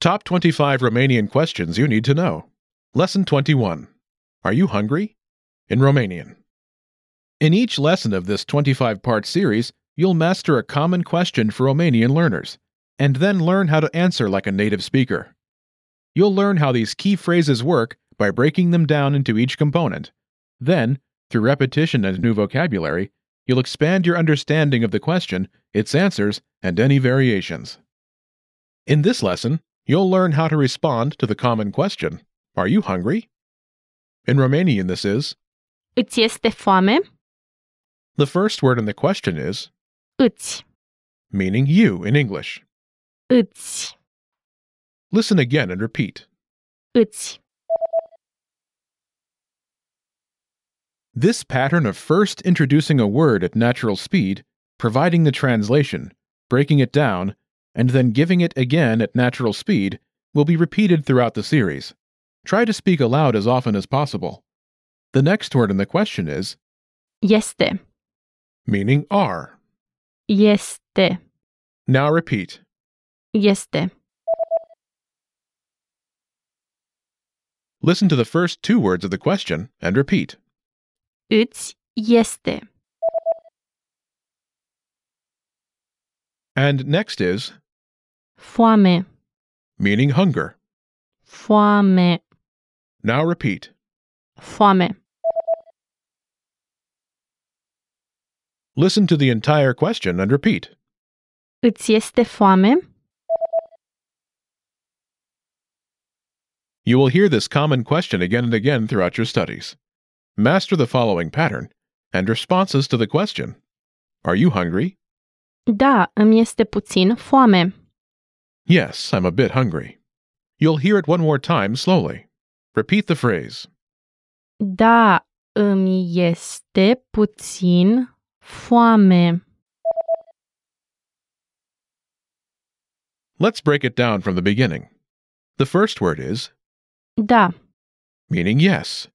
Top 25 Romanian questions you need to know. Lesson 21 Are you hungry? In Romanian. In each lesson of this 25 part series, you'll master a common question for Romanian learners, and then learn how to answer like a native speaker. You'll learn how these key phrases work by breaking them down into each component. Then, through repetition and new vocabulary, you'll expand your understanding of the question, its answers, and any variations. In this lesson, you'll learn how to respond to the common question Are you hungry? In Romanian, this is Îți este foame? the first word in the question is Îți. meaning you in English. Îți. Listen again and repeat. Îți. This pattern of first introducing a word at natural speed, providing the translation, breaking it down, and then giving it again at natural speed will be repeated throughout the series. Try to speak aloud as often as possible. The next word in the question is Este. meaning are. Este. Now repeat. Este. Listen to the first two words of the question and repeat. Îți este. And next is Foame. meaning hunger. Foame. Now repeat. Foame. Listen to the entire question and repeat. Îți este foame? You will hear this common question again and again throughout your studies. Master the following pattern and responses to the question Are you hungry? Da, îmi este puțin foame. Yes, I'm a bit hungry. You'll hear it one more time slowly. Repeat the phrase. Da, îmi este puțin foame. Let's break it down from the beginning. The first word is Da, meaning yes.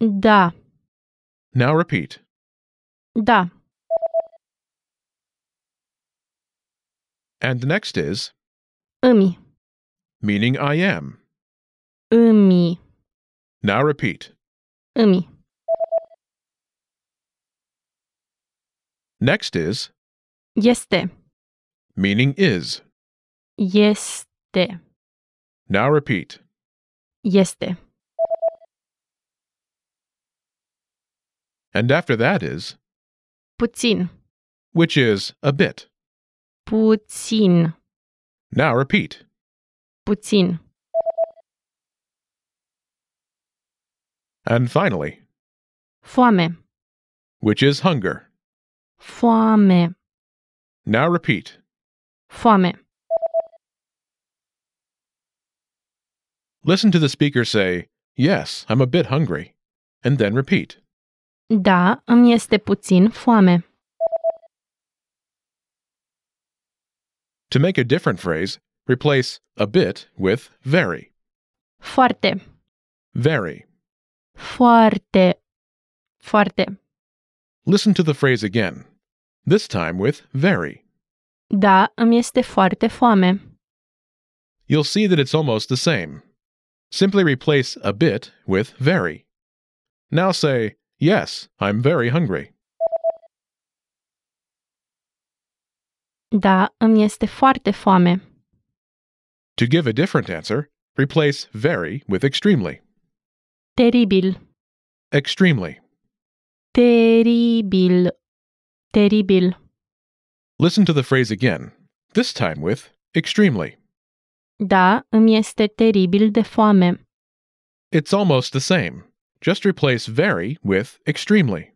da, Now repeat. da, And next is îmi, meaning I am. îmi, Now repeat. îmi, Next is este, meaning is. este, Now repeat. este, And after that is puțin, which is a bit. puțin, Now repeat. puțin, And finally, foame, which is hunger. foame, Now repeat. foame, Listen to the speaker say, Yes, I'm a bit hungry, and then repeat. da, îmi este puțin foame. To make a different phrase, replace a bit with very. Foarte, Very. foarte, foarte. Listen to the phrase again, this time with very. Da, îmi este foarte foame. You'll see that it's almost the same. Simply replace a bit with very. Now say, Yes, I'm very hungry. Da, îmi este foarte foame. To give a different answer, replace very with extremely. Teribil, Extremely. teribil, teribil. Listen to the phrase again, this time with extremely. Da, îmi este teribil de foame. It's almost the same. Just replace very with extremely.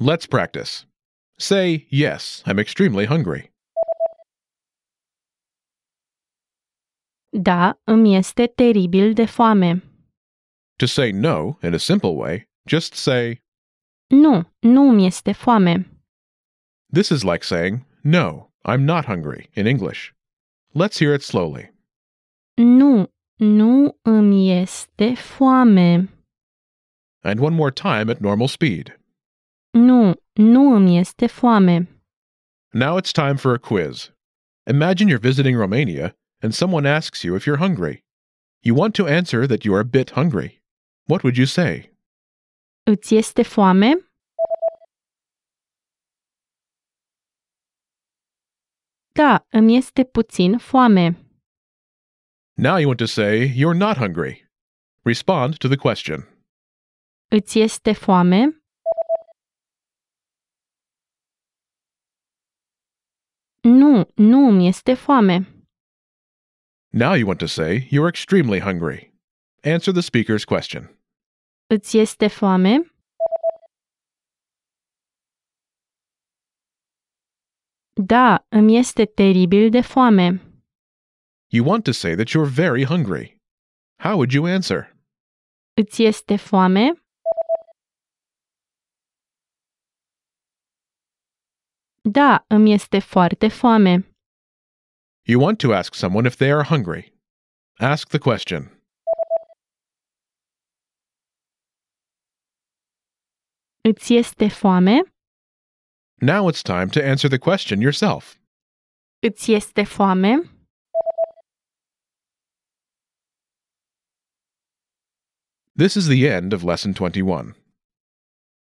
Let's practice. Say, yes, I'm extremely hungry. Da, îmi este teribil de foame. To say no in a simple way, just say, Nu, nu mi este foame. this is like saying, no, I'm not hungry in English. Let's hear it slowly. Nu, nu îmi este foame. and one more time at normal speed. Nu, nu îmi este foame. Now it's time for a quiz. Imagine you're visiting Romania and someone asks you if you're hungry. You want to answer that you're a bit hungry. What would you say? Îți este foame? Da, îmi este puțin foame. Now you want to say you're not hungry. Respond to the question. Îți este foame? Nu, nu îmi este foame. Now you want to say you're extremely hungry. Answer the speaker's question. Îți este foame? Da, îmi este teribil de foame. You want to say that you're very hungry. How would you answer? Îți este foame? Da, îmi este foarte foame. You want to ask someone if they are hungry. Ask the question. Îți este foame? Now it's time to answer the question yourself. Îți este foame? This is the end of Lesson 21.